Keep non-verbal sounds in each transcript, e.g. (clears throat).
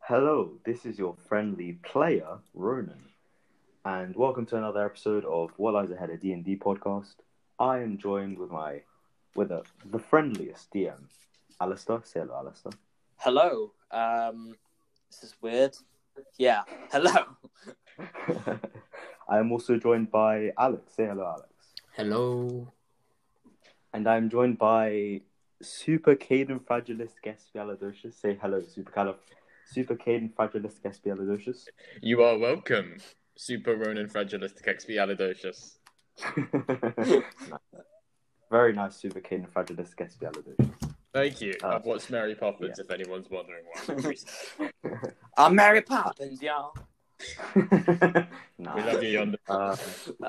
Hello, this is your friendly player, Ronan, and welcome to another episode of What Lies Ahead, a D&D podcast. I am joined with my, with a, the friendliest DM, Alistair. Say hello, Alistair. Hello. Um, this is weird. Yeah. Hello. (laughs) I am also joined by Alex. Say hello, Alex. Hello. And I'm joined by Super Caden Fragilis Gaspialidocious. Say hello, Super Calif- Super Caden Fragilis Gaspialidocious. You are welcome, Super Ronin Fragilistic XP Alidocious. (laughs) Very nice, Super Caden Fragilis Gaspialidocious. Thank you. Oh. I've watched Mary Poppins, if anyone's wondering why. (laughs) I'm Mary Poppins, y'all. (laughs) Nah. We love you, Yonder. Uh,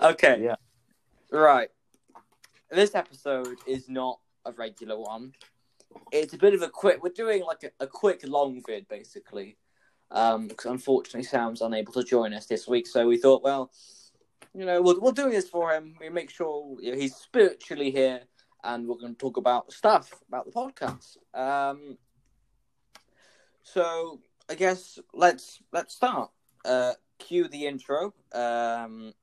Okay. Yeah. Right. This episode is not a regular one. It's a bit of a quick. We're doing like a, a quick long vid, basically. Um, because unfortunately Sam's unable to join us this week, so we thought, well, you know, we'll we'll do this for him. We make sure you know, he's spiritually here, and we're going to talk about stuff about the podcast. Um, so I guess let's let's start. Uh, cue the intro. Um,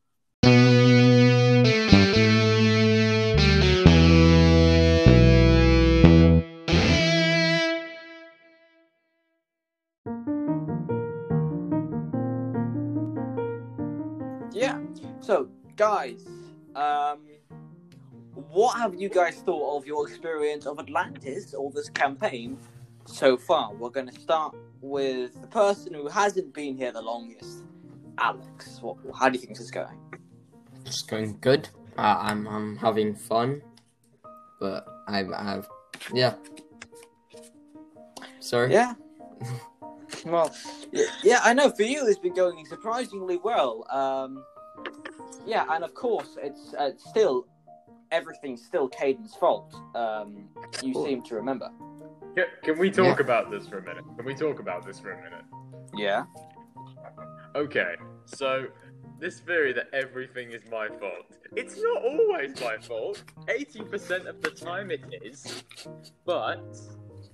Yeah. So, guys, um, what have you guys thought of your experience of Atlantis or this campaign so far? We're going to start with the person who hasn't been here the longest, Alex. What, how do you think this is going? It's going good. Uh, I'm I'm having fun, but I've I've yeah. Sorry. (laughs) Yeah. well, y- yeah, I know for you it's been going surprisingly well. Um, yeah, and of course it's uh, still everything's still Caden's fault. Um, you Cool. seem to remember. Can, can we talk about this for a minute? Can we talk about this for a minute? Yeah. Okay, so this theory that everything is my fault. It's not always my fault. 80% of the time it is, but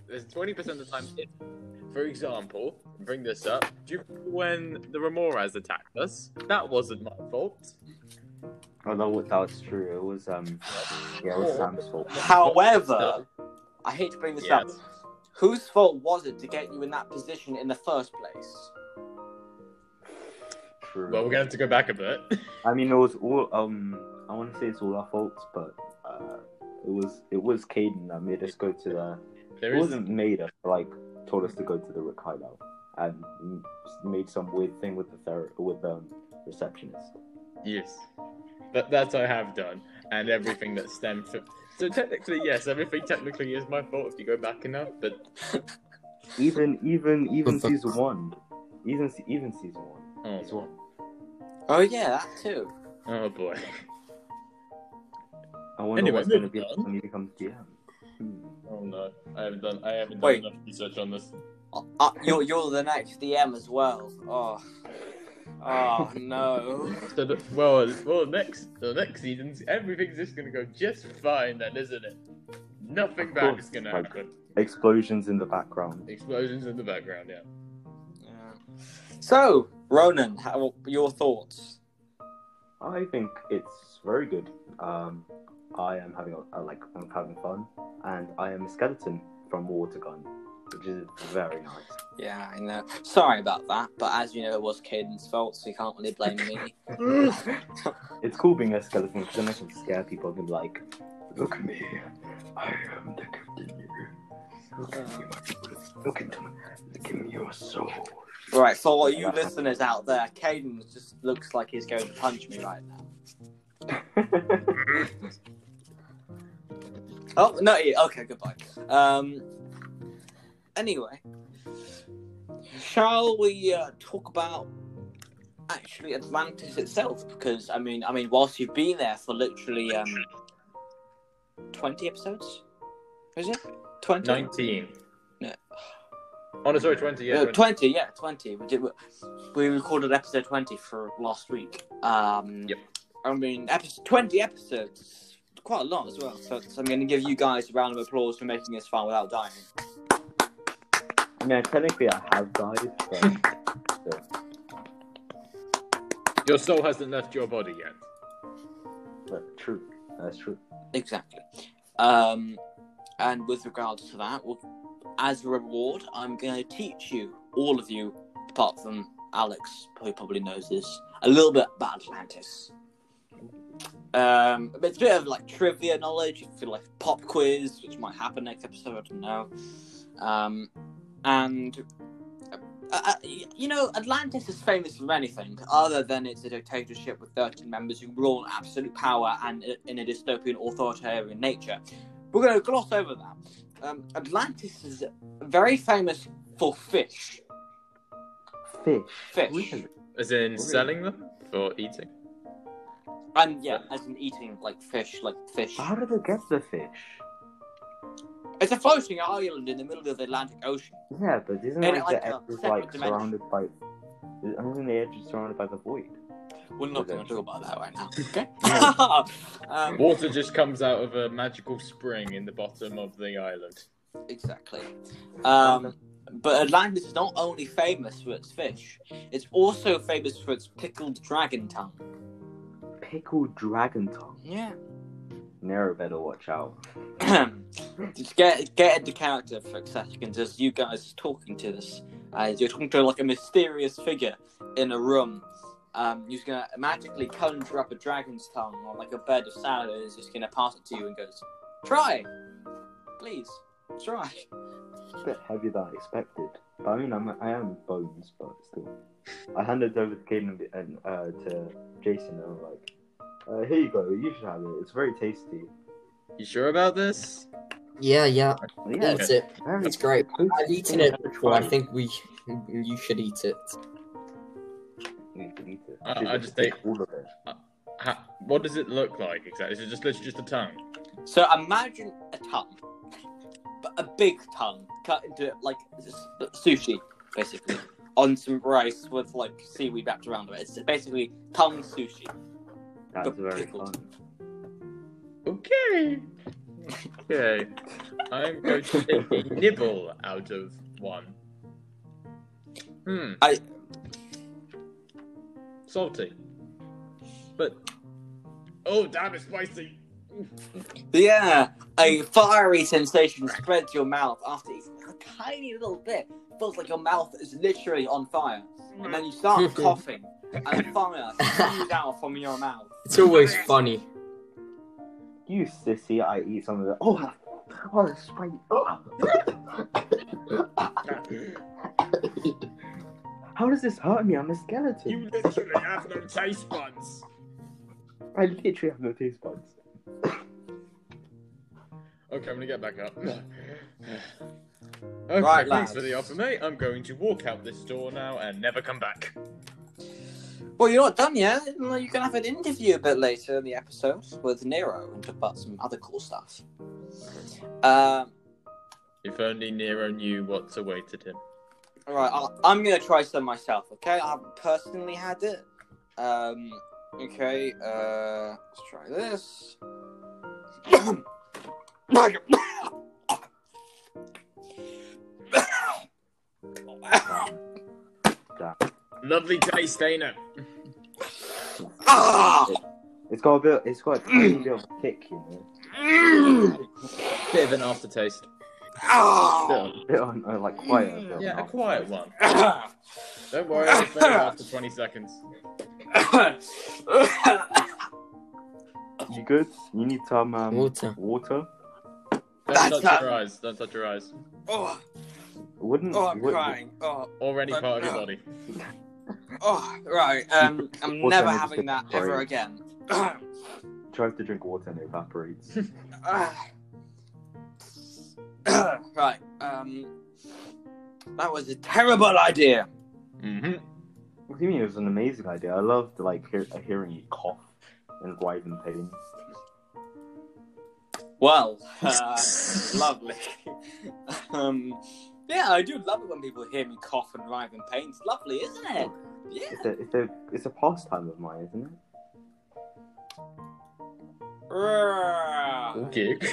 there's 20% of the time it isn't. For example, bring this up. Do you remember when the Remoras attacked us? That wasn't my fault. I know what oh, that was true. It was um, yeah, it Oh. was Sam's fault. However, I hate to bring this up. Yes. Whose fault was it to get you in that position in the first place? True. Well, we're gonna have to go back a bit. (laughs) I mean, it was all um. I want to say it's all our faults, but uh, it was it was Caden that made us go to the. There It is- wasn't made us like told us to go to the Rick hideout and m- made some weird thing with the ther- with the um, receptionist. Yes, that that I have done, and everything that stemmed from. So technically, yes, everything technically is my fault if you go back enough. But Even even even What the- season one, even se- even season one. oh, It's one. Oh yeah, that too. oh boy. (laughs) I wonder Anyway, what's going to be moving like on. when he becomes DM. Hmm. Oh no, I haven't done. I haven't Wait. done enough research on this. Uh, uh, you're you're the next DM as well. Oh, oh no. So the, well, well, next the next season's everything's just gonna go just fine, then, isn't it? Nothing Of bad course, is gonna like- happen. Explosions in the background. Explosions in the background. Yeah. Yeah. (laughs) So, Ronan, how, your thoughts? I think it's very good. Um, I am having a, like I'm having fun, and I am a skeleton from Watergun, which is very nice. Yeah, I know. Sorry about that, but as you know, it was Caden's fault, so you can't really blame me. It's cool being a skeleton because then I can scare people and be like, "Look at me, I am the captain. Look at me, (laughs) my brothers. Look at me, give me your soul." right. For all you listeners out there, Caden just looks like he's going to punch me right now. Oh no! yeah, Okay, goodbye. Um. Anyway, shall we uh, talk about actually Atlantis itself? Because I mean, I mean, whilst you've been there for literally um twenty episodes, is it twenty? Nineteen. No. Oh no, sorry, twenty. Uh, Yeah. No, 20. Uh, twenty. Yeah, twenty. We did. We recorded episode twenty for last week. Um. Yep. I mean, episode, twenty episodes. Quite a lot as well. So, so I'm going to give you guys a round of applause for making this far without dying. mean, technically, I have died. But... Your soul hasn't left your body yet. but true. That's true. Exactly. Um, and with regards to that, well, as a reward, I'm going to teach you, all of you, apart from Alex, who probably knows this, a little bit about Atlantis. Um, but it's a bit of like trivia knowledge, if you like pop quiz, which might happen next episode, I don't know. Um, and uh, uh, y- you know, Atlantis is famous for anything other than it's a dictatorship with 13 members who rule in absolute power and i- in a dystopian authoritarian nature. We're going to gloss over that. Um, Atlantis is very famous for fish. Fish. Fish. As in selling them for eating? And yeah, as in eating like fish, like fish. How did they get the fish? It's a floating island in the middle of the Atlantic Ocean. Yeah, but isn't And like, like the a edge is separate like dimension. surrounded by? I mean, the edge is surrounded by the void. We're not Okay. going to talk about that right now, okay? (laughs) um, Water just comes out of a magical spring in the bottom of the island. Exactly. Um, but Atlantis is not only famous for its fish, it's also famous for its pickled dragon tongue. Pickled dragon tongue. Yeah. Nero better watch out. (clears throat) just get get into character for a second as you guys are talking to this. Uh, you're talking to like a mysterious figure in a room. Um, he's gonna magically conjure up a dragon's tongue on like a bed of salad and he's just gonna pass it to you and goes, Try! Please, try. It's a bit heavier than I expected. But I mean, I'm I am bones, but still. I handed over to Caden and uh, to Jason, and I'm like, uh, "Here you go. You should have it. It's very tasty." You sure about this? Yeah, yeah, Yeah, that's it. very It's great. tasty. I've eaten it I've Well, I tried. think we you should eat it. We should eat it. Uh, I- Should I just just think- take all of it. Ha- what does it look like exactly? Is it just literally just a tongue? So imagine a tongue, but a big tongue cut into like s- sushi, basically, on some rice with like seaweed wrapped around it. It's basically tongue sushi. That's But very pickled. fun. Okay. Okay. I'm going to (laughs) take a nibble out of one. Hmm. I- Salty. But. Oh, damn, it's spicy! Yeah, a fiery sensation spreads your mouth after eating a tiny little bit. Feels like your mouth is literally on fire, and then you start coughing, and fire spews out from your mouth. It's always funny. You sissy! I eat some of it. Oh, that- oh, that's spicy. Oh. How does this hurt me? I'm a skeleton. You literally have no taste buds! I literally have no taste buds. Okay, I'm gonna get back up. Okay, Right, lads. thanks for the offer, mate. I'm going to walk out this door now and never come back. Well, you're not done yet. Well, You can have an interview a bit later in the episode with Nero and talk about some other cool stuff. Um, If only Nero knew what's awaited him. all right, I'll, I'm gonna try some myself. Okay, I haven't personally had it. Um, okay, uh, let's try this. Lovely taste, ain't it? Ah! It's got a bit. It's got a (clears throat) tiny bit of a kick, you know. Mm! Bit of an aftertaste. Ah! Bit, bit on, uh, like quiet. a bit of Yeah, a mouth. quiet one. Ah! Don't worry, I'll (laughs) fade after 20 seconds. You good? You need some um, Water. Water. Don't That's touch not- your eyes. Don't touch your eyes. oh, Wouldn't. oh, I'm would- crying. Oh, Or any part of your body. oh, right. Um, I'm What never time is having it? that ever Sorry. again. Try to drink water and it evaporates. Ah. (clears throat) right. Um, that was a terrible idea. hmm Mm-hmm. what do you mean? It was an amazing idea. I loved like hear, hearing you cough and writhe in pain. Well, uh, lovely. (laughs) um, yeah, I do love it when people hear me cough and writhe in pain. It's lovely, isn't it? (laughs) Yeah. It's a, it's a, it's a pastime of mine, isn't it? Right. Okay. It's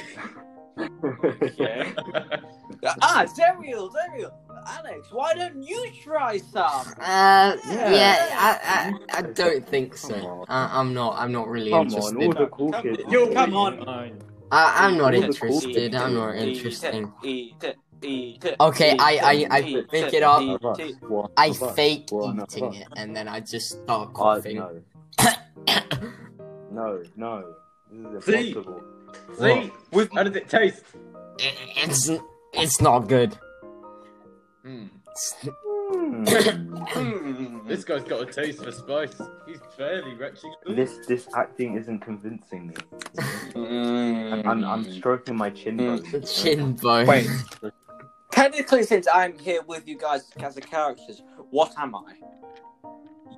(laughs) Okay. ah, Dariel, Dariel. Alex, why don't you try some? Uh, Yeah. yeah, I, I, I don't think so. I, I'm not. I'm not really Come on, all interested. the cool Come kids. on. do Yo, it. come on. I, I'm not All the cool interested. kids I'm not Eat it, interested. Eat it, eat it, Okay, eat I- it, I- I eat pick it up. eat Of us, (clears throat) it. one I of us, fake one of eating us. it, and then I just start Oh, coughing. no, no, no. This is See? impossible. See? How does it taste? It- it's it's not good. Mm. It's- Hmm. Mm. This guy's got a taste for spice. He's fairly retching. this this acting isn't convincing me. Mm. I'm I'm stroking my chin Mm. bone. Chin bone. Wait. (laughs) Technically, since I'm here with you guys as the characters, what am I?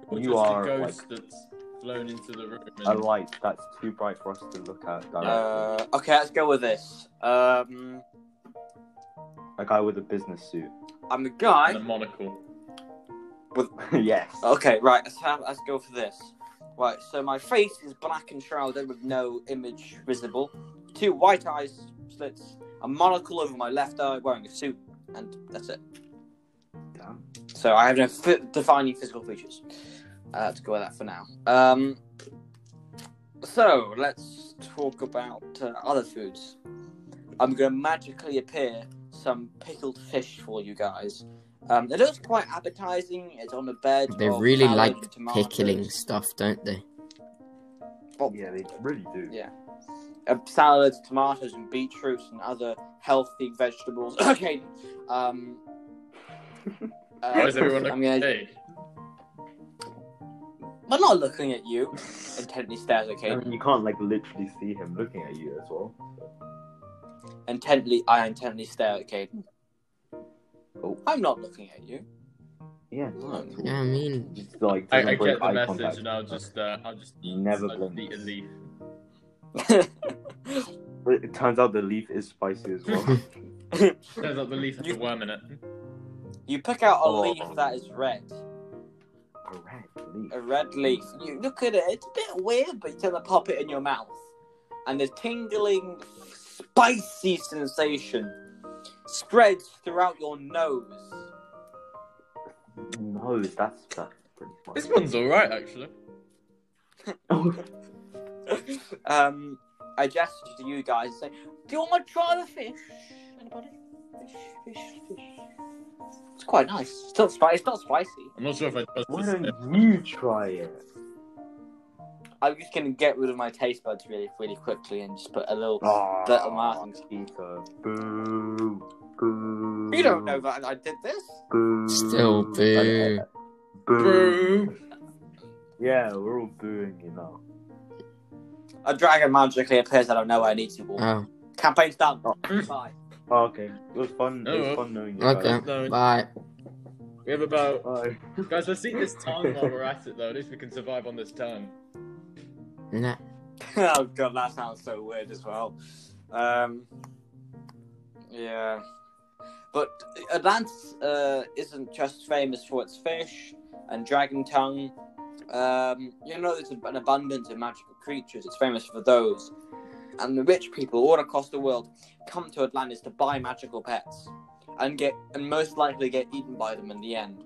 Or You just a are, ghost that's flown into the room. and- A light that's too bright for us to look at directly. Uh, okay, let's go with this. Um, a guy with a business suit. (laughs) I'm a and a guy. monocle. yes. Okay, right. Let's have, let's go for this. Right. So my face is black and shrouded with no image visible. Two white eyes slits. A monocle over my left eye, wearing a suit, and that's it. Damn. So I have no fi- defining physical features. Uh, let's go with that for now. Um, so let's talk about uh, other foods. I'm going to magically appear some pickled fish for you guys. Um, it looks quite appetizing. It's on a bed. They of really salad like and tomatoes. Pickling stuff, don't they? Yeah, they really do. Yeah. Uh, salads, tomatoes, and beetroots, and other healthy vegetables. (laughs) okay. Um, uh, (laughs) Why is everyone I'm looking gonna at me? I'm not looking at you. Intently stares at I Kate. mean, you can't like literally see him looking at you as well. Intently, I intently stare at Caden. Oh. I'm not looking at you. Yeah. No. Yeah, I mean, Just like I, doesn't I break get the eye message, contact. and I'll just, uh, I'll just eat, Never I'll blink. eat a leaf. But it turns out the leaf is spicy as (laughs) well. Turns out the leaf has You- a worm in it. you pick out a Oh. leaf that is red, a red leaf. a red leaf. You look at it. It's a bit weird, but you tend to pop it in your mouth, and the tingling, spicy sensation spreads throughout your nose. No, that's that's pretty spicy. This one's alright, actually. um, I gesture to you guys and say, "Do you want to try the fish? Anybody? Fish, fish, fish. It's quite nice. It's not spicy. It's not spicy. I'm not sure if I (laughs) trust Why this. don't you try it? I'm just gonna get rid of my taste buds really, really quickly and just put a little Oh, bit of marketing. Peter. Boo. Boo. You don't know that I did this. Mm, Boo. Still boo. Boo. Boo. Yeah, we're all booing you now. A dragon magically appears out of nowhere. I need to walk. Oh, Campaign's done. Uh. Oh. Bye. Oh, okay, it was fun. It Oh. was fun knowing you. okay. No. Bye. We have about. Guys. Guys, let's eat this (laughs) tongue while we're at it, though. At least we can survive on this tongue. Nah. (laughs) oh god, that sounds so weird as well. Um, yeah, but Atlantis uh, isn't just famous for its fish and dragon tongue. Um, you know, there's an abundance of magical creatures. It's famous for those, and the rich people all across the world come to Atlantis to buy magical pets and get and most likely get eaten by them in the end.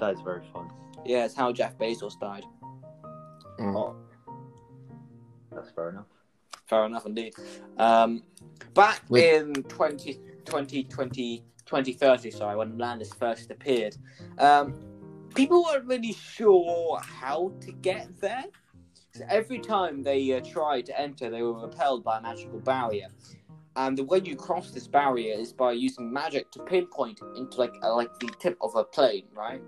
That is very fun. Yeah, it's how Jeff Bezos died. Oh. That's fair enough. Fair enough indeed. Um, back Wait. in 20, 20, 20, 2030, sorry, when Landis first appeared, um, people weren't really sure how to get there. So every time they uh, tried to enter, they were repelled by a magical barrier. And the way you cross this barrier is by using magic to pinpoint into like uh, like the tip of a plane, right?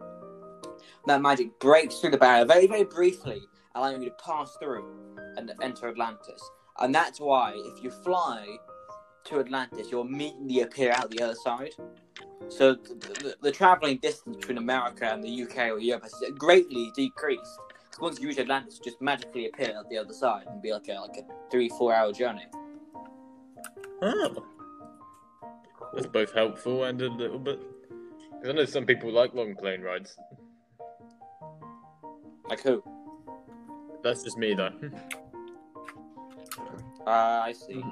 That magic breaks through the barrier very very briefly, allowing you to pass through and enter Atlantis. And that's why if you fly to Atlantis, you'll immediately appear out the other side. So the, the, the traveling distance between America and the UK or Europe has greatly decreased. 'Cause Once you reach Atlantis, you just magically appear at the other side and be like a, like a three, four hour journey. Oh. That's both helpful and a little bit. 'Cause I know some people like long plane rides. Like who? That's just me, though. Uh, I see.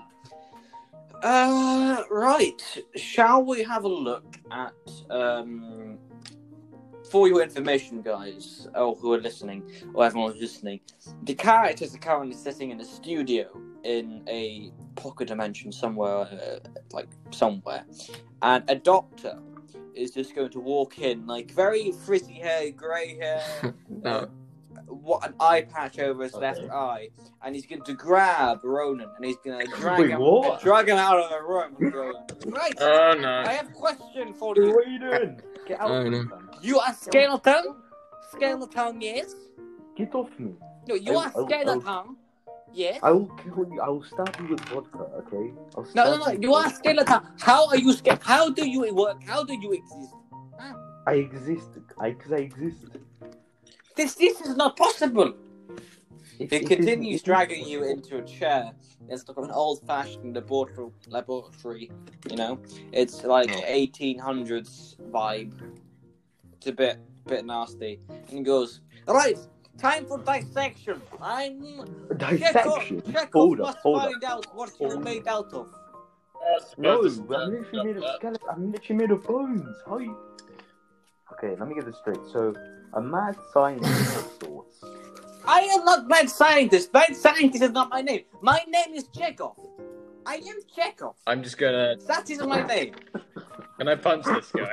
Uh, right. Shall we have a look at um, for your information, guys, or who are listening, or everyone who's listening? The characters are currently sitting in a studio in a pocket dimension somewhere, uh, like somewhere, and a doctor is just going to walk in, like very frizzy hair, grey hair, uh, No. what an eye patch over his left Okay. eye, and he's going to grab Ronan and he's going to drag Wait, him, what? drag him out of the room. Ronan. right, (laughs) Uh, Oh I no. have a question for you. are you doing? Get out. Oh, no. You are skeleton, skeleton, yes. Get off me. No, you I- are I- I- skeleton, yes. I will kill you. I will stab you with vodka, okay? I'll stab No, no, no. with You are vodka. skeleton. How are you? Ske- how do you work? How do you exist? I exist. I, because I exist. This, this is not possible. It, He continues dragging you (laughs) into a chair. It's like an old-fashioned laboratory, laboratory. You know, it's like No. 1800s vibe. It's a bit, bit nasty. And he goes, "Right, time for dissection. I'm check off, Dissection. check Hold up, off what's hold up. find out what you're Hold made out of." No, I'm literally made of skeleton. I'm literally made of bones. How you? Okay, let me get this straight. So, a mad scientist (laughs) of sorts. I am not mad scientist. Mad scientist is not my name. My name is Chekhov. I am Chekhov. I'm just gonna. That is my name. Can I punch this (laughs) guy?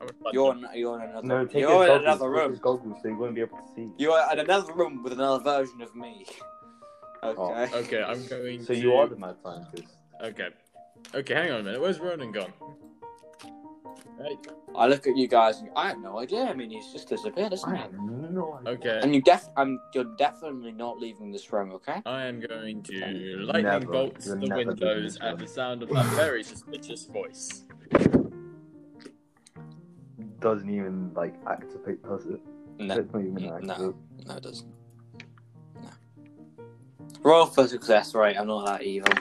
I'm gonna punch You're him. in, you're in another. No, take you're his in goggles. another take room. his goggles so you won't be able to see. You are in another room with another version of me. Okay. Okay, I'm going. So to... you are the mad scientist. Okay. Okay, hang on a minute. Where's Ronan gone? Hey. I look at you guys and I have no idea. I mean, he's just disappeared, isn't I he? have no idea. Okay. And you def, I'm, you're definitely not leaving this room, okay? I am going to You'll lightning never- bolt you'll the never do windows this, at Ronan. the sound of that very suspicious voice. Doesn't even like activate, does it? No, It's not even No. activate. no, it doesn't. No. Roll for success, right? I'm not that evil.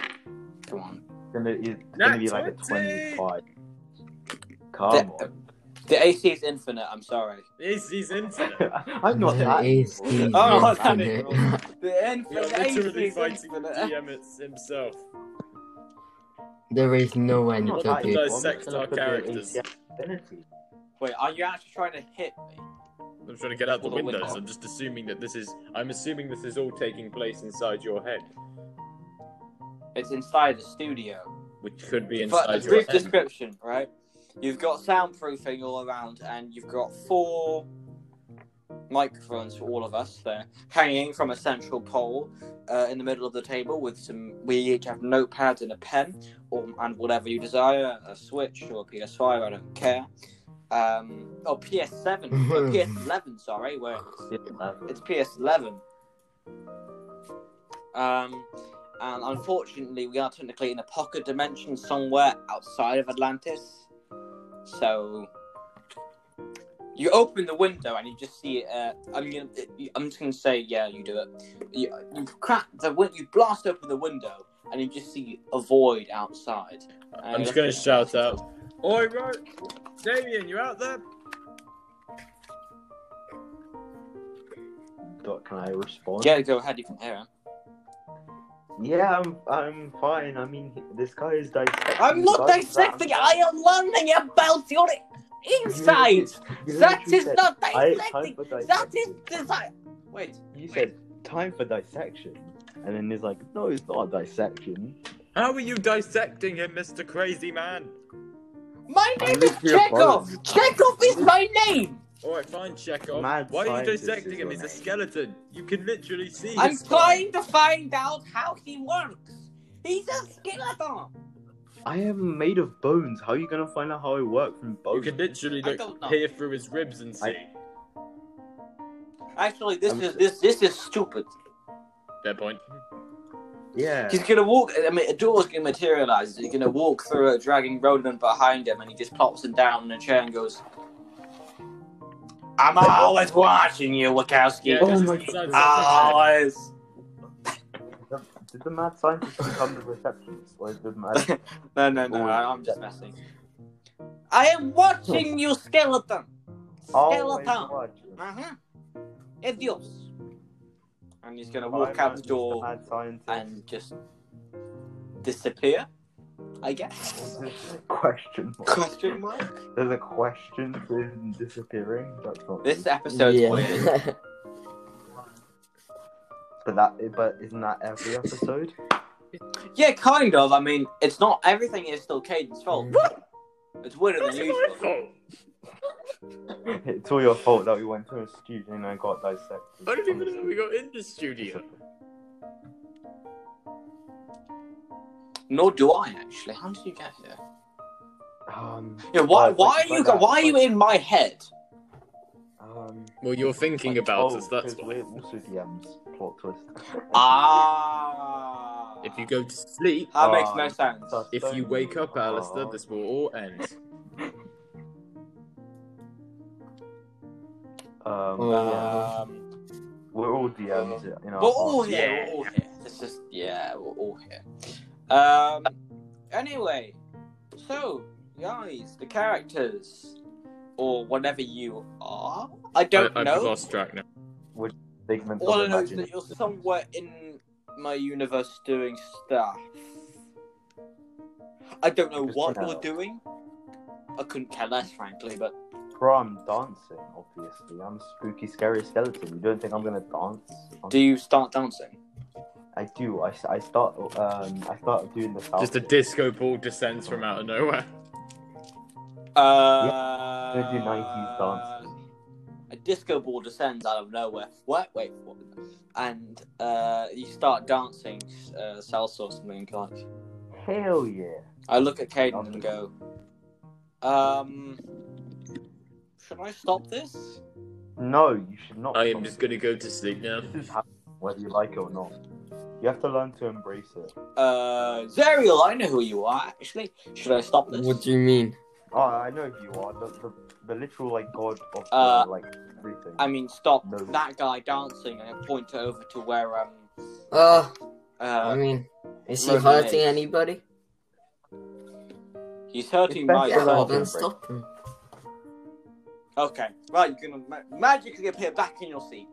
Come on. It's gonna, it's Nat gonna be like a 20. twenty-five. Come That- on. (laughs) The AC is infinite. I'm sorry. He's, (laughs) he's infinite. I'm not There that. is evil. (laughs) the Oh, no, infinite. that The You're infinite. literally AC is fighting the infinite. DM it's himself. (laughs) There is no end Not to that Nice. it. evil. Those sects I'm not gonna are put characters. the identity. Wait, are you actually trying to hit me? I'm trying to get out the Or the windows. window. I'm just assuming that this is. I'm assuming this is all taking place inside your head, It's inside the studio. which could be But a inside your brief head. description, right? You've got soundproofing all around, and you've got four microphones for all of us there, hanging from a central pole uh, in the middle of the table. With some, we each have notepads and a pen, or and whatever you desire, a Switch or a PS5. I don't care. Um, or PS7, or PS11. Sorry, where Yeah, that's- it's PS11. Um, and unfortunately, we are technically in a pocket dimension somewhere outside of Atlantis. So you open the window and you just see. Uh, I'm gonna. I'm just gonna say, yeah, you do it. You, you crack the win- You blast open the window and you just see a void outside. I'm just gonna shout out, "Oi, bro, Damien, you out there?" Doc, Can I respond? Yeah, go ahead. You can hear him. Yeah, I'm, I'm fine. I mean, he- this guy is dissecting. I'm not bugs. dissecting. I am learning about your insides. You That literally is said, not I- time dissecting. for That is dissection. design. Wait, You said time for dissection, and then he's like, "No, it's not a dissection." How are you dissecting him, Mr. Crazy Man? my I name is live here Chekhov. alone. Chekhov is my name. All right, fine, Chekhov. Mad Why are you scientist dissecting is him? your He's a name. skeleton. You can literally see. I'm his skull. trying to find out how he works. He's a skeleton. I am made of bones. How are you gonna find out how I work from You bones? can literally I don't look know. peer through his ribs and see. I- Actually, this I'm is this this is stupid. Fair point. Yeah. He's gonna walk. I mean, a door's gonna materialize. He's gonna walk through it, dragging Ronan behind him, and he just plops him down in a chair and goes. I'm always watching you, Wachowski. Yeah, Oh this my is- God. always. Did the mad scientist become the receptionist, or is the (laughs) mad? No, no, no. Or- I, I'm just messing. I am watching you, skeleton. Always Skeleton. Uh watching. huh. Adios. And he's gonna walk out the I'm door mad scientist. and just disappear? I guess. question mark. Question mark. There's a question in disappearing. That's not This true. episode's weird. (laughs) But that, but isn't that every episode? (laughs) Yeah, kind of. I mean, it's not everything is still Caden's fault. It's weirder That's than my usual. fault. it's all your fault that we went to a studio and I got dissected. I don't even know we got in the studio. Nor do I actually. How did you get here? Um, Yeah, why? Oh, Why like- are you? like go- that, Why are you like- in my head? um, Well, you're thinking about us. That's oh, because why. we're also DMs. Plot twist. Ah. If you Oh, go to sleep, That Ah, makes no sense. that's- if you wake up, Alistair, this will all end. Um, Oh, Um, We're all DMs. You know. we're all our- here. yeah. We're all here. It's just yeah, we're all here. Um. Anyway, so guys, the characters, or whatever you are, I don't I, know. I've lost track now. Figments All of I know is that imagination. you're somewhere in my universe doing stuff. I don't know Just what check it you're out. doing. I couldn't care less, frankly, but Bro, I'm dancing. Obviously, I'm a spooky, scary skeleton. You don't think I'm gonna dance? I'm- do you start dancing? I do. I, s- I start. Um, I start doing the south. Just a disco ball descends from out of nowhere. Uh, Yeah, do 90s dance. A disco ball descends out of nowhere. What? Wait, what? And uh, you start dancing uh, salsa or something like. Hell yeah! I look at Caden and go, um, should I stop this? No, you should not. I am stop just gonna go to sleep now. This is happening whether you like it or not. You have to learn to embrace it. Uh, Zerial, I know who you are, actually. Should I stop this? what do you mean? Oh, I know you are the, the, the literal like god of Uh, like everything. I mean, stop No. that guy dancing and I point over to where, um, Oh, I uh, mean, is he Ronan hurting is. anybody? he's hurting It's my better Yeah, than- well, dog. then stop him. Okay, right, you're gonna ma- magically appear back in your seat.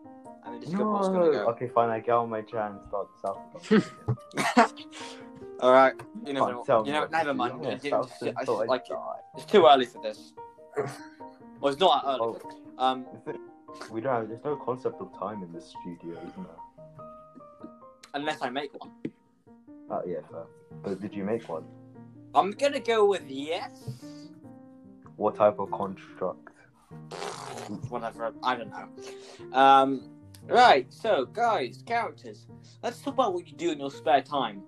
And the disco ball's gonna go. (laughs) Okay, fine. I get on my chair and start south. Africa. Alright, you never Can't know. tell You know, me. never mind. Yeah, It's, South it's, Africa it's, till I like, die. it's too early for this. Well, it's not that early. Oh, Um, we don't have. There's no concept of time in this studio, isn't there? unless I make one. Oh yeah, fair. But did you make one? I'm gonna go with yes. What type of construct? Whatever, I don't know. Um, right, so guys, characters. Let's talk about what you do in your spare time.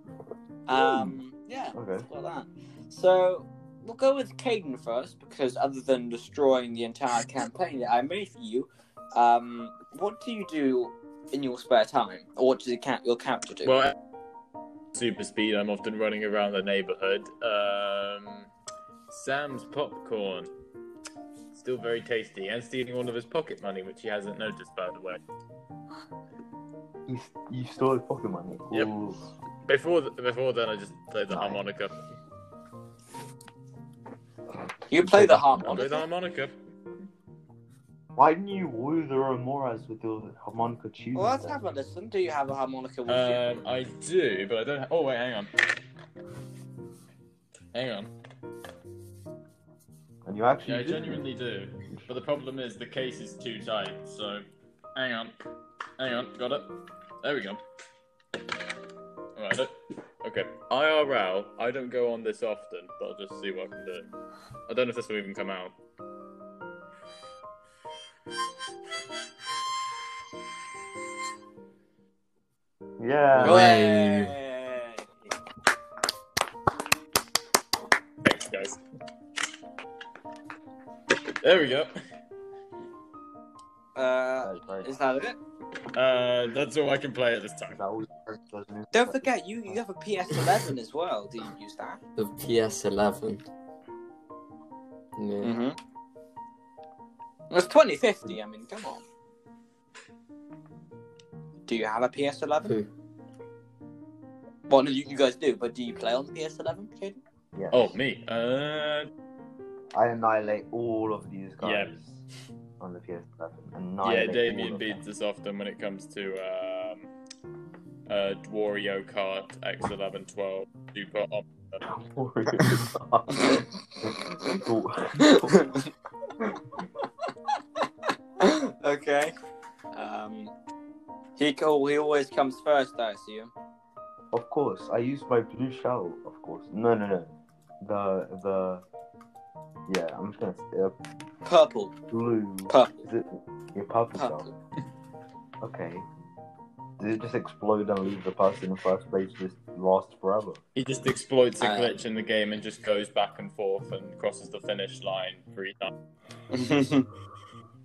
Um, yeah, Okay. like that. So we'll go with Caden first because other than destroying the entire campaign that I made for you, um, what do you do in your spare time, or what does your, ca- your character do? Well, at super speed. I'm often running around the neighborhood. Um, Sam's popcorn, still very tasty, and stealing all of his pocket money, which he hasn't noticed, by the way. You, you stole his pocket money. Yep. Ooh. Before th- before then, I just played the Nice. harmonica. you play the I played the harmonica. harmonica. Why didn't you woo the Remoras with your harmonica tunes? Well, let's then? have a listen. Do you have a harmonica with you? Um, I do, but I don't. Ha- oh wait, hang on. Hang on. And you actually Yeah, I did. genuinely do. But the problem is the case is too tight, so hang on. Hang on, got it. There we go. Alright, I don't- okay. IRL, I don't go on this often, but I'll just see what I can do. I don't know if this will even come out. Yeah. Go ahead. Yay! Thanks, guys. There we go. Uh, That's right. is that it? Uh, that's all I can play at this time. That was the first, wasn't it? Don't forget, you, you have a PS11 as well. Do you use that? The PS11. Yeah. Mm-hmm. It's 2050. I mean, come on. Do you have a PS11? Who? Well, no, you, you guys do, but do you play on PS11, Caden? Yes. Oh, me. Uh, I annihilate all of these guys Yeah. on the PS7. yeah, Annihilate all Damien of beats us often when it comes to um, uh, Dwario Kart X1112 Super Om- (laughs) (laughs) (laughs) okay. Um, he co- he always comes first, I assume. of course, I used my blue shell. Of course, no, no, no. The the yeah, I'm just gonna say, uh, Purple, blue. purple, Is it your purple shell? purple. Okay. Did it just explode and leave the person in first place just lost (laughs) forever? He just exploits a Uh, glitch in the game and just goes back and forth and crosses the finish line three times.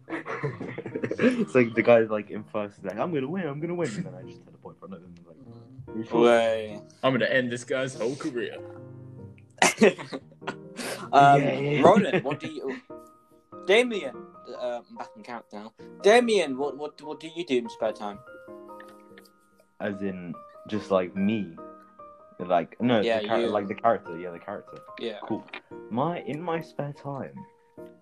it's like the guy's like in first, he's like I'm gonna win, I'm gonna win, and then I just teleport from him. Like, you sure? (laughs) Way. I'm gonna end this guy's whole career. (laughs) um, Yeah. (laughs) Ronan, what do you? Damien, uh, I'm back in count now. Damien, what what what do you do in spare time? As in, just like me, like no, Yeah, the char- you. like the character, yeah, the character. Yeah. Cool. My in my spare time,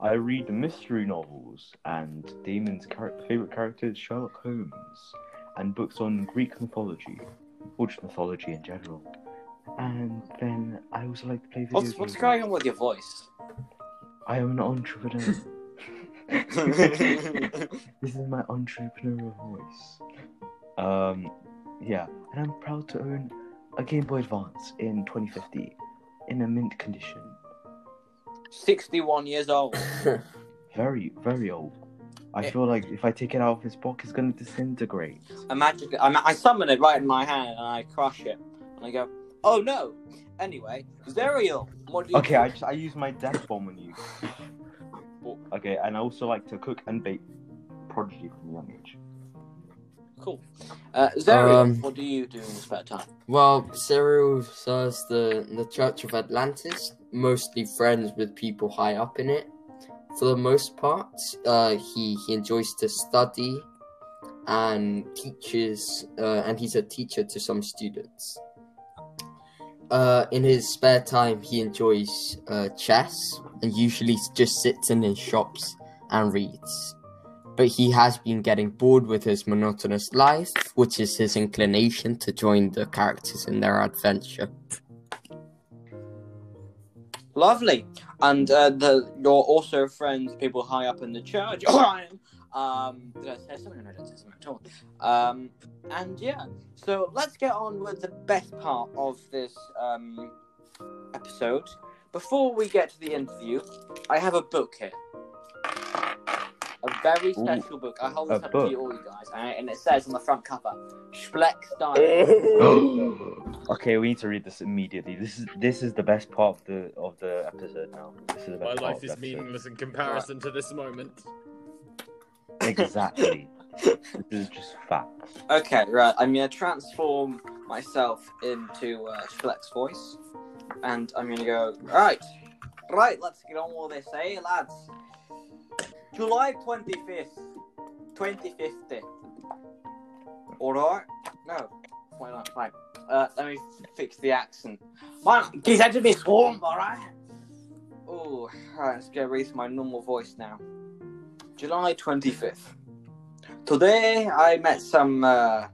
I read mystery novels, and Damon's char- favorite character is Sherlock Holmes, and books on Greek mythology, or just mythology in general. And then I also like to play video What's what's games. going on with your (laughs) voice? I am an (laughs) entrepreneur. (laughs) This is my entrepreneurial voice. Um, yeah, and I'm proud to own a Game Boy Advance in 2050 in a mint condition. Sixty-one years old. (laughs) Very, very old. I Eh. feel like if I take it out of his box, it's gonna disintegrate. I magically, I, ma- I summon it right in my hand and I crush it. And I go, oh no. Anyway, Zerial, what do you Okay, I just I use my death bomb on you. Oh, Okay, and I also like to cook and bake prodigy from a young age. Cool. Uh, Zerial, Um, what do you do in your spare time? well, Cyril serves the, the Church of Atlantis, mostly friends with people high up in it. For the most part, uh, he, he enjoys to study and teaches, uh, and he's a teacher to some students. Uh, in his spare time, he enjoys uh, chess and usually just sits in his shops and reads. But he has been getting bored with his monotonous life, which is his inclination to join the characters in their adventure. Lovely. And uh, the you're also friends with people high up in the church. (laughs) I am. Um, did I say something? No, I didn't say something at all. Um, and yeah, so let's get on with the best part of this um, episode. Before we get to the interview, I have a book here. A very Ooh, special book. I hold this a up book. to you all, you guys, and, and it says on the front cover, Schleck style. Oh. okay, we need to read this immediately. This is this is the best part of the of the episode now. This is the My best part life of is the episode. meaningless in comparison to this moment. Exactly. this is just facts. Okay, right. I'm gonna transform myself into uh, Flex voice, and I'm gonna go right, right. Let's get on with this, eh, lads? July twenty fifth, twenty fifty. All right. No, why not? Fine. Uh, let me fix the accent. Man, get out of this home, all right? Oh, all right. Let's go read my normal voice now. July twenty fifth. Today I met some uh,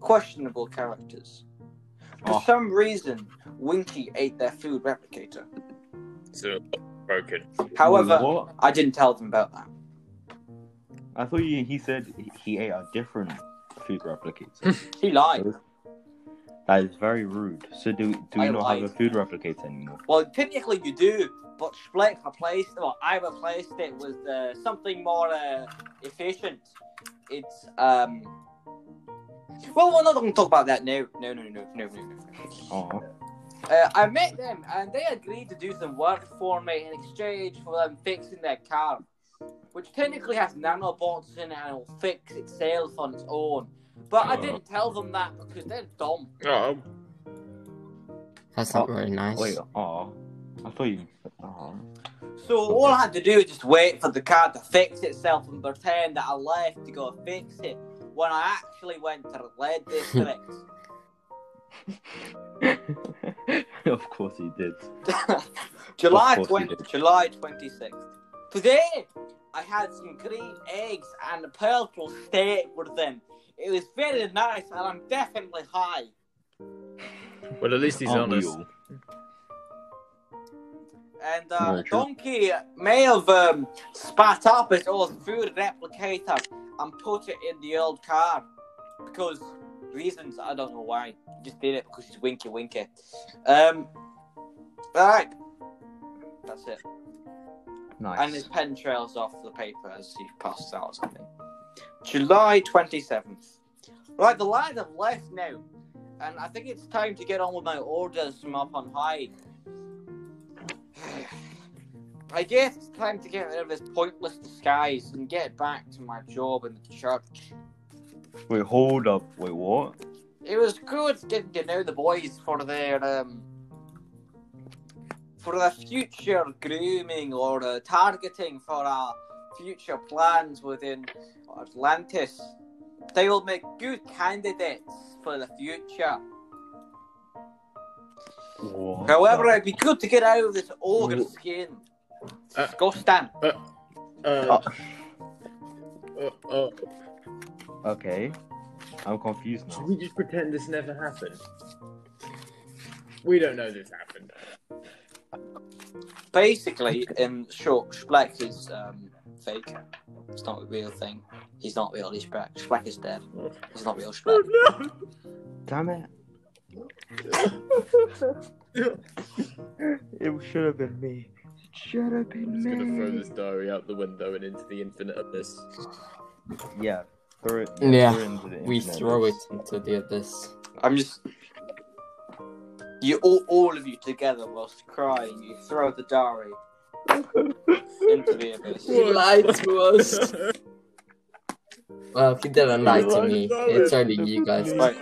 questionable characters. For Oh. some reason, Winky ate their food replicator. So broken. However, What? I didn't tell them about that. I thought you, he said he ate a different food replicator. (laughs) He lied. that is very rude. So do do we I not lied. have a food replicator anymore? Well, technically you do, but Spleck replaced. Well, I replaced it with uh, something more uh, efficient. It's um. Well, we're not going to talk about that now. No, no, no, no, no, no. Oh, Uh, I met them and they agreed to do some work for me in exchange for them fixing their car, which technically has nanobots in it and will fix itself on its own. But I didn't tell them that because they're dumb. Oh, That's not Oh, very nice. wait. Oh, I thought you. Oh. So all I had to do was just wait for the car to fix itself and pretend that I left to go fix it when I actually went to the lead district. (laughs) of course (laughs) he did. July Of course you 20, July 26th. Today, I had some green eggs and a purple steak with them. It was very nice, and I'm definitely high. Well, at least he's Aren't we honest. all? And uh, Very true. Donkey may have um, spat up his old food replicator and put it in the old car because reasons I don't know why. He just did it because he's winky winky. Um, all right, that's it. And Nice. his pen trails off the paper as he passes out or something. July 27th. Right, the lads have left now, and I think it's time to get on with my orders from up on high. (sighs) I guess it's time to get rid of this pointless disguise and get back to my job in the church. Wait, hold up. Wait, what? It was good getting to know the boys for their um for their future grooming or uh, targeting for our future plans within Atlantis. They will make good candidates for the future. What However, the- it'd be good to get out of this ogre skin. Uh, Disgusting. Uh, uh, uh, okay, I'm confused should now. we just pretend this never happened? We don't know this happened. Basically, in short, Schleck is um, fake. It's not a real thing. He's not real. He's Schleck. Schleck is dead. He's not real Schleck. Oh Damn it! no! (laughs) It should have been me. It should have I'm been just gonna throw me. this diary out the window and into the infinite abyss. Yeah, throw it. Yeah, throw it into the We internet. throw it into the abyss. I'm just. You all, all of you together whilst crying, you throw the diary into the abyss. You lied to (laughs) us. Well, if you didn't lie to me, it's only you guys. Right.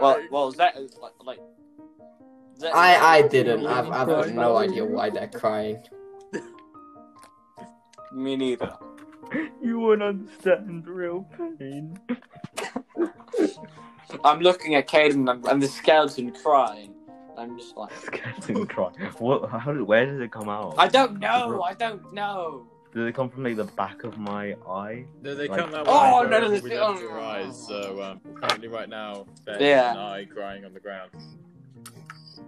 Well, well, that is like, like Zet- I I didn't. I've, I've got no idea why they're crying. me neither. You won't understand real (laughs) pain. I'm looking at Caden and, and the skeleton crying. I'm just like, Skeleton cry. What? How? did- Where does it come out? I don't know. I don't know. Does it come from like the back of my eye? No, they Like- come out. Oh, with no, their- no, this- with their oh. eyes. So um, currently, right now, Ben Yeah. and I crying on the ground.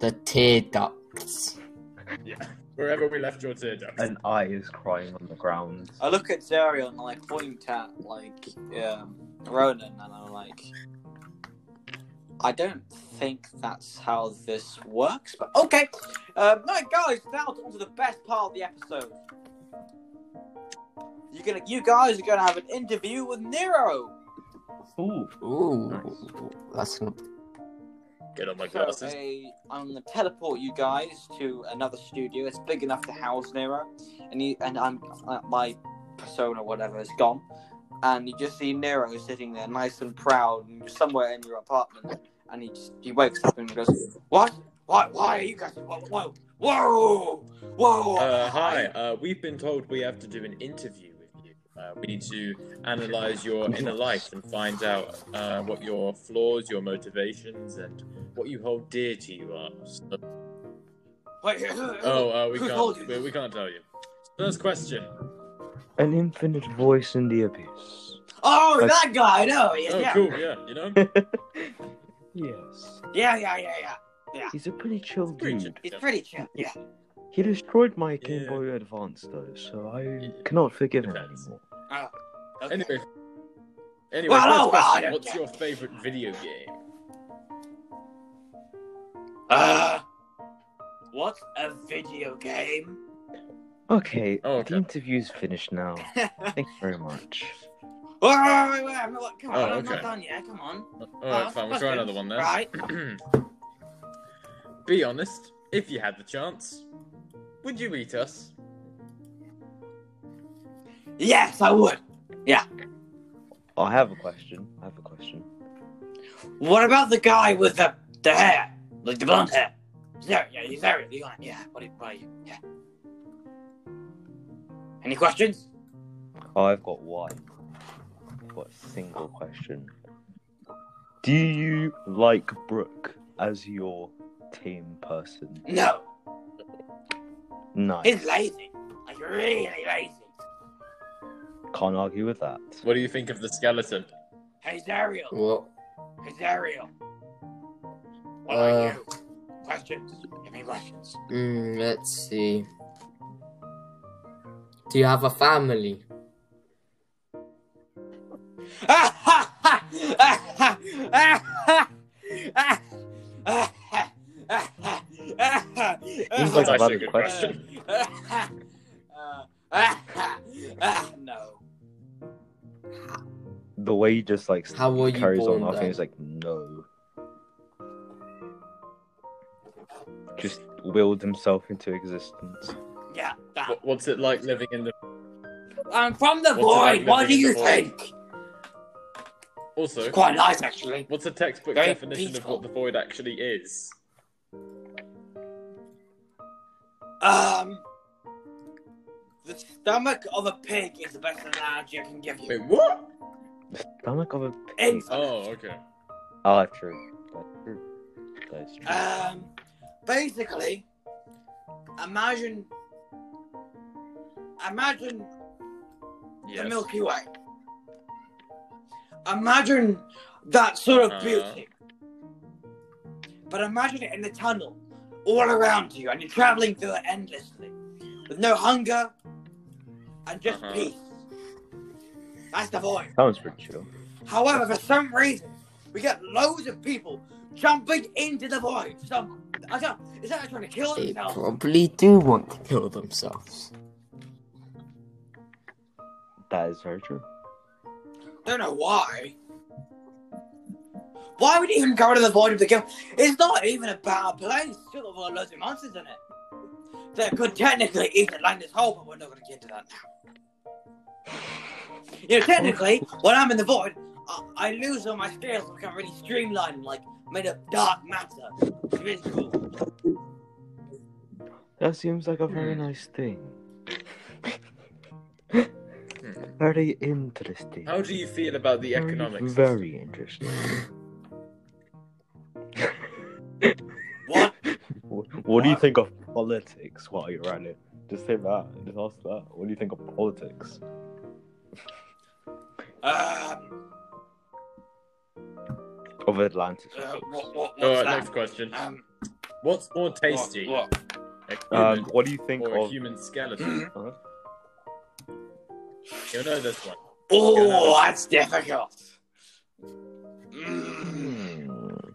The tear ducts. Wherever we left your tear ducts. An eye is crying on the ground. Uh, I look at Zerion and I point at like um, Ronan and I'm like, I don't think that's how this works. But okay, um, right, guys, now on to the best part of the episode. You're gonna, you guys are gonna have an interview with Nero. Ooh. Ooh, Nice. that's gonna Get on my So, glasses. i I'm gonna teleport you guys to another studio. It's big enough to house Nero, and you and I'm uh, my persona, whatever, is gone, and you just see Nero sitting there, nice and proud, and you're somewhere in your apartment, and he just he wakes up and goes, "What? Why? Why are you guys? Whoa! Whoa! Whoa! whoa. Uh, hi. Uh, we've been told we have to do an interview with you. Uh, we need to analyze your inner life and find out uh, what your flaws, your motivations, and what you hold dear to you are. So, Wait, (laughs) oh, uh, we Who told you can't. We, we can't tell you. First question. An infinite voice in the abyss. (laughs) oh, that guy! No, yeah, Oh, yeah, cool. Yeah, (laughs) you know. Yes. yeah, yeah, yeah, yeah. He's a pretty chill Preach dude. it. He's pretty chill. Yeah. He destroyed my Game Yeah. Boy Advance though, so I Yeah. cannot forgive him Defense. anymore. Okay. Anyway. Anyway, Well, first oh, well, I question, don't what's care. your favorite video game? Uh, what's a video game? Okay, Oh, the okay. interview's finished now. wait, Thank you very much. wait, wait, wait, I'm not, come on, Oh, I'm not okay. done yet, come on. Alright, Uh, fine, we'll try another one then. Right. (clears throat) Be honest, if you had the chance, would you eat us? Yes, I would. I have a question. I have a question. What about the guy with the, the hair? Like the blonde hair? There, yeah, he's there. You got it. Yeah, what are- what are you? Yeah. Any questions? I've got one. I've got a single question. Do you like Brooke as your team person? No, Nice. he's lazy. Like, really lazy. Can't argue with that. What do you think of the skeleton? Hey, Zariel. What? Hey, Zariel. What Uh. are you? Questions? Give me questions. Mm, let's see. Do you have a family? He's Seems like I've That's actually a had a good question. no. The way he just like How were you carries on born? laughing, then? he's like, no. Just willed himself into existence. Yeah. that- Wh- What's it like living in the? I'm from the What's it like void. What do living in you the void? think? Also, It's quite nice, actually. what's a textbook Very definition peaceful. of what the void actually is? Um, the stomach of a pig is the best analogy I can give you. Wait, what? Stomach of a pig. Infinite. Oh, okay. Ah, true. That's true. That is true. Ah. Um, basically, imagine, imagine Yes. the Milky Way. Imagine that sort of Uh-huh. beauty. But imagine it in the tunnel, all around you, and you're traveling through it endlessly, with no hunger, and just Uh-huh. peace. That's the void. Sounds pretty chill. However, for some reason, we get loads of people jumping into the void. So, I don't, is that trying to kill They themselves? probably do want to kill themselves. That is very true. Don't know why. Why would you even go into the void of the game? It's not even a bad place. Still got all loads of monsters in it. That could technically eat Atlantis whole, but we're not going to get to that now. You know, technically, when I'm in the void, I, I lose all my skills and become really streamlined, and, like made of dark matter. It's really cool. That seems like a very nice thing. Hmm. Very interesting. How do you feel about the Very, economics? Very interesting. What? What, what do you think of politics while you're at it? Just say that. Just ask that. What do you think of politics? Um, Of Atlantis. uh, what, what, what's All right, that? next question. Um, What's more tasty, What, what? a Um, human what do you think or a of? Hmm, human skeleton? Huh? You'll know this one. Oh, that's difficult. Mm.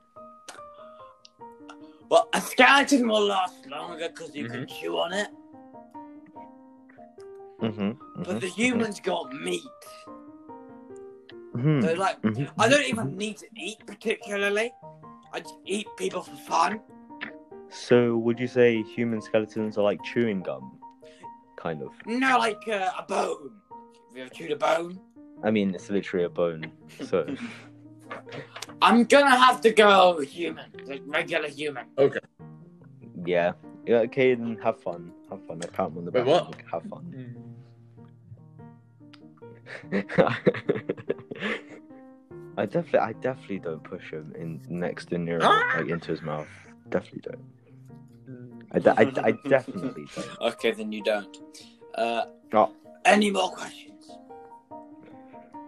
Well, a skeleton will last longer because you can chew on it, Mm-hmm. but the humans got meat. hmm So, like, Mhm. I don't even need to eat particularly. I just eat people for fun. So, would you say human skeletons are like chewing gum? Kind of. No, like uh, a bone. Have you ever chewed a bone? I mean, it's literally a bone. (laughs) So, I'm gonna have to go human, like regular human. yeah. Yeah, okay, then have fun. Have fun. I pat him on the Wait, back. what? Like, Have fun. (laughs) I definitely, I definitely don't push him in next to Nero, Ah! like into his mouth. Definitely don't. I, de- I, I definitely don't. Okay, then you don't. Uh, Any more questions?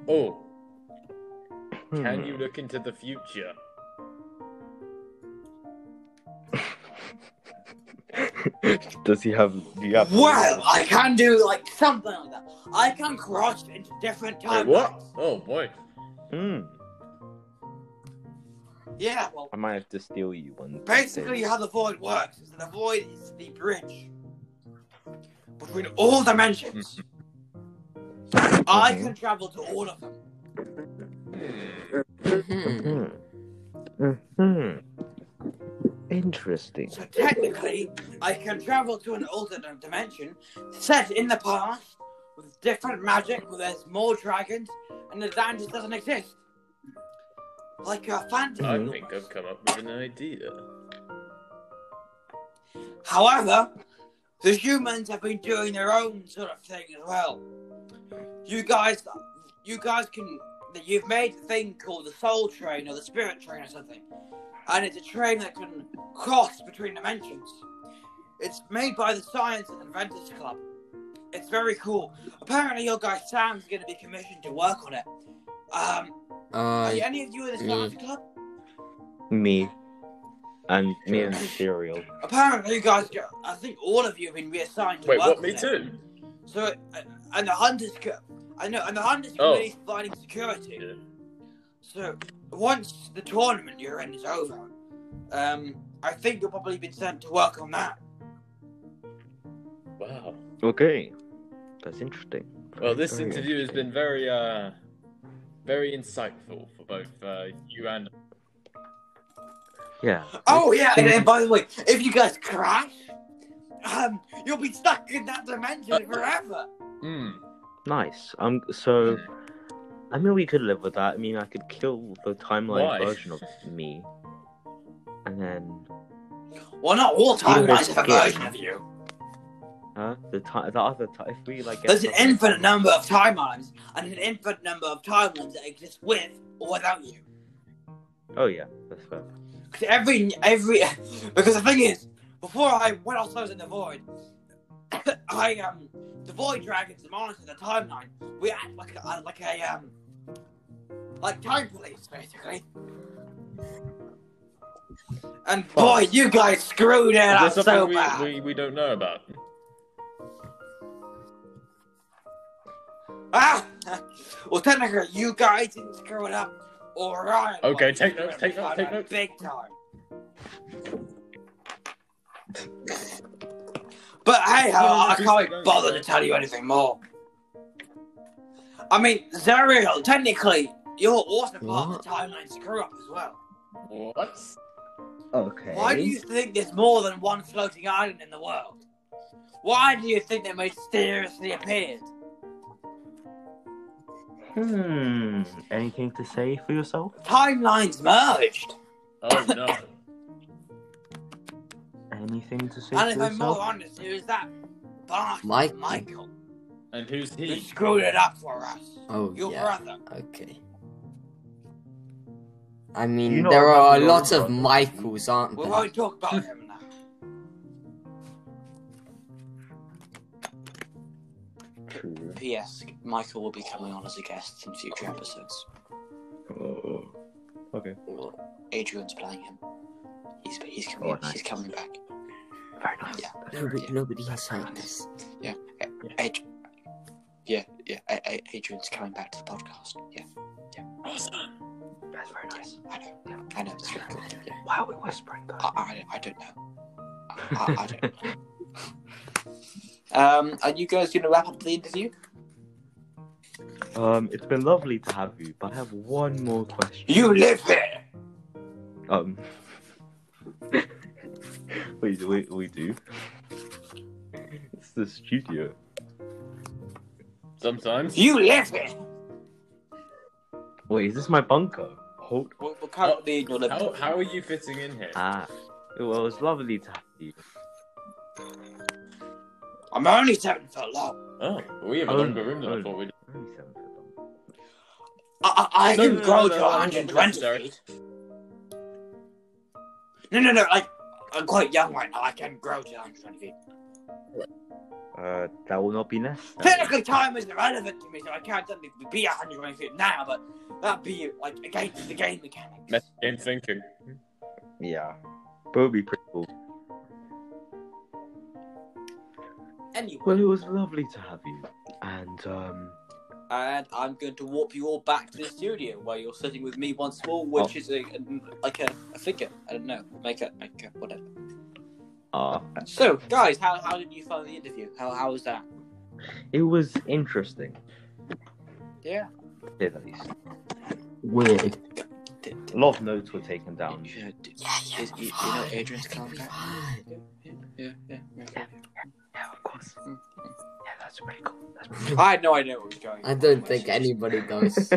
Oh, Hmm. can you look into the future? (laughs) Does he have? Do you have? Well, I can do like something like that. I can cross into different Wait, timelines. what? Oh boy. Hmm. Yeah, well, I might have to steal you one. basically day. how the void works is that the void is the bridge between all dimensions. Mm-hmm. I can travel to all of them. Mm-hmm. Hmm. Hmm. Hmm. Interesting. So technically, I can travel to an alternate dimension set in the past with different magic where there's more dragons and Atlantis doesn't exist. Like a fantasy. I Mhm. think I've come up with an idea. However, the humans have been doing their own sort of thing as well. You guys, you guys can. You've made a thing called the Soul Train or the Spirit Train or something, and it's a train that can cross between dimensions. It's made by the Science and Inventors Club, It's very cool. Apparently, your guy Sam's going to be commissioned to work on it. Um, are Uh, you- any of you in the me. Science Club? Me and me and cereal. Apparently, you guys, got, I think all of you have been reassigned to Wait, work what? on Me it. too. So, uh, and the hunters, co- I know, and the hunters Oh. committee's finding security. So, once the tournament you're in is over, um, I think you'll probably be sent to work on that. Wow. Okay, that's interesting. Well, this Very interview has been interesting. very, uh, very insightful for both uh, you and. Yeah. Oh yeah, and, and by the way, if you guys crash, um, you'll be stuck in that Uh, dimension forever. Hmm. Nice. Um. So, I mean, we could live with that. I mean, I could kill the timeline Why? version of me, and then Well, not all timelines have a Yeah. version of you. huh? uh, The ti- the other time, if we like. get There's an something- infinite number of timelines, and an infinite number of timelines that exist with or without you. Oh yeah, that's fair. Because every every because the thing is, before I went off I was in the void, (coughs) I um the void dragons that monitor the timeline. We act like a, uh, like a um like time police basically. And boy, you guys screwed it up Is there so something bad. we, we, we don't know about? Ah, well, technically, you guys didn't screw it up, or Ryan. Okay, was. take You notes, screwed take the notes, take timeline notes. Big time. But hey, uh, No, no, no, I please can't don't, bother to don't. tell you anything more. I mean, Zerial, technically, you're also part of the timeline screw up as well. What? Okay. Why do you think there's more than one floating island in the world? Why do you think they mysteriously appeared? Hmm. Anything to say for yourself? Timelines merged. Oh no. Anything to say And for if I'm more yourself? honest, it was that bastard Mike- Michael and who's who he? screwed it up for us. oh, Your yeah. (laughs) brother. Okay. I You mean, know there about are a your lot of brother. Michaels, aren't We there? won't talk about him now. True. P.S. Michael will be coming on as a guest in future episodes. Oh. Okay. Adrian's playing him. He's he's coming- Oh, nice. he's coming back. Very nice. Yeah. Nobody, nobody has heard this. Yeah, yeah. Adrian's coming back to the podcast. Yeah, Awesome. That's very nice. I know. I know. It's really good. Yeah. Why are we whispering that? I, I, I don't know. I, I don't know. um, are you guys going to wrap up the interview? Um, it's been lovely to have you, but I have one more question. You live there. Um. (laughs) we do. We, we do. It's the studio. Sometimes. You live there. Wait, is this my bunker? Hold. We're, we're currently in your living How, room. how are you fitting in here? Ah. Well, it's lovely to have you. I'm only seven foot long. Oh, we have a Oh, longer room than I oh. thought we'd. Only seven foot long. I, I, I No, can no, no, grow no, to no, no, 120 no, no, feet. No, no, no. Like, I'm quite young right now. I can grow to 120 feet. Uh, that will not be necessary. Technically, time is irrelevant to me, so I can't technically be 120 feet now, but that'd be, like, against the game mechanics. Messy game thinking. yeah. That would be pretty cool. Anyway, Well, it was lovely to have you. And, um, and I'm going to warp you all back to the studio where you're sitting with me once more, which Oh. is a, a- like a, a figure. I don't know. Make a, make a, whatever. uh, So, guys, how, how did you find the interview? How, how was that? it was interesting, Yeah. to say the least. Weird. A lot of notes were taken down. Yeah, d- Yeah, yeah, is- we're you, you know fine. Adrian's We're contact? fine. Yeah, yeah, yeah. yeah. Yeah, of course. Yeah, that's pretty cool. That's pretty I had no idea what was going on. I don't think anybody (laughs) does.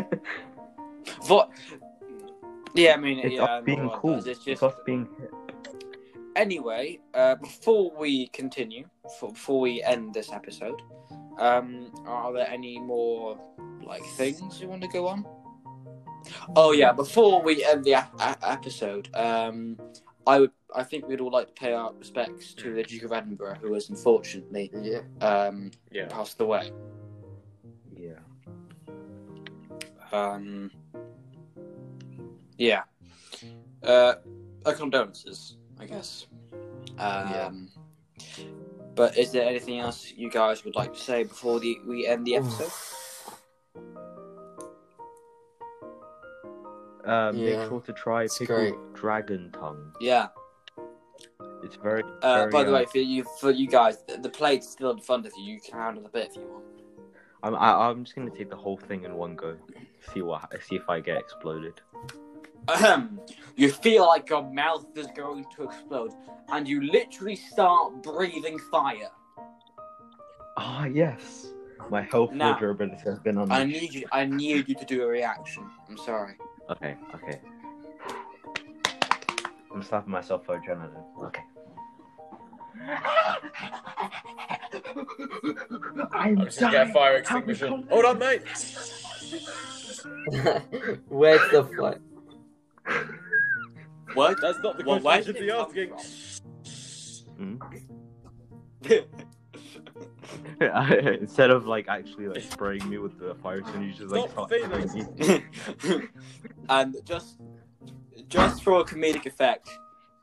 What? Yeah, I mean, It's yeah, I us don't know being what it cool. does. It's just It's us being anyway. Uh, before we continue, for, before we end this episode, um, are there any more like things you want to go on? Oh yeah, before we end the ep- a- episode, e-, um, I would, I think we'd all like to pay our respects to the Duke of Edinburgh, who was unfortunately Yeah. um, Yeah. passed away. Yeah. Um, yeah. Uh, our condolences, I guess. Um, But is there anything else you guys would like to say before the, we end the episode? Um, Yeah. Make sure to try It's pickled dragon tongue. yeah. It's very. Uh, very, by the uh, way, for you, for you guys, the, the plate's still in front of you. You can handle the bit if you want. I'm. I, I'm just gonna take the whole thing in one go. See what. See if I get exploded. Ahem. you feel like your mouth is going to explode, and you literally start breathing fire. Ah yes. My health Now- measure ability has been on. I need you. I need you to do a reaction. I'm sorry. Okay. Okay. I'm slapping myself for adrenaline. Okay. I'm, I'm just gonna get a fire extinguisher. Hold on, mate. (laughs) Where's the flight? What? That's not the Well, question where you should did be it come asking. (laughs) Instead of like actually like spraying me with the fire extinguisher, you just Stop like start- feeling. Hmm? (laughs) and just, just for a comedic effect,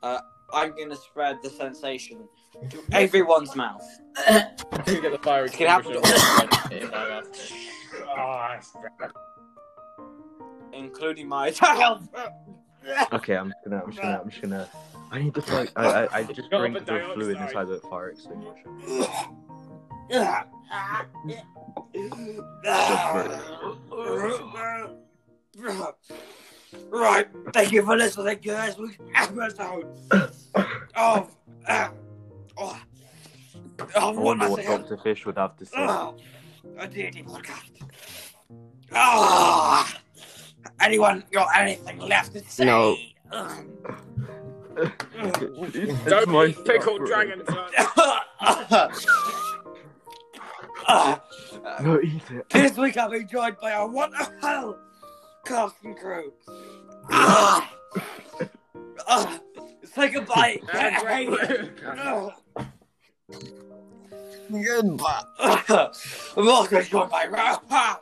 uh, I'm gonna spread the sensation to everyone's mouth. You get the fire It can happen to extinguisher. all, in my mouth. Ah, including my (laughs) child. Okay, I'm just gonna, I'm just gonna, I'm just gonna. I need to like, I, I, I just Carbon drink the dioxide. fluid inside the fire extinguisher. Right, thank you for listening to this week's episode of. Uh, oh, I oh, what wonder was what it? Doctor Fish would have to say. Ah. Oh, a D&D podcast. Oh, anyone got anything left to say? No. Um, (laughs) (laughs) It's Don't my eat pickled favorite. dragon (laughs) tongue. Uh, No, eat it. this week I've been joined by a wonderful cast and crew. Ah, ah, say (laughs) goodbye. And Hey, (laughs) wait- ah, Goodbye. ah. I'm also joined by Ro- ah,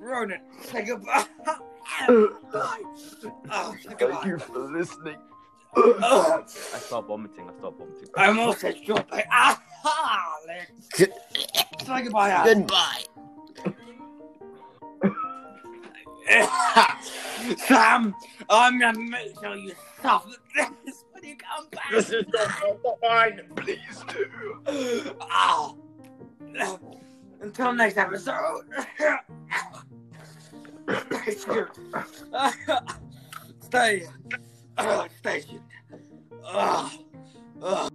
Ronan. Say goodbye. Ah, say Thank goodbye. you for listening. (laughs) Ah. I start vomiting. I start vomiting. I'm also joined by Aha! Good- Say goodbye, Alex. Goodbye. (laughs) Sam, I'm gonna make sure you suffer this when you come This is not mine. Please do. back. Ah. Until next episode. Stay tuned. Stay. Stay tuned. Ah. Ah.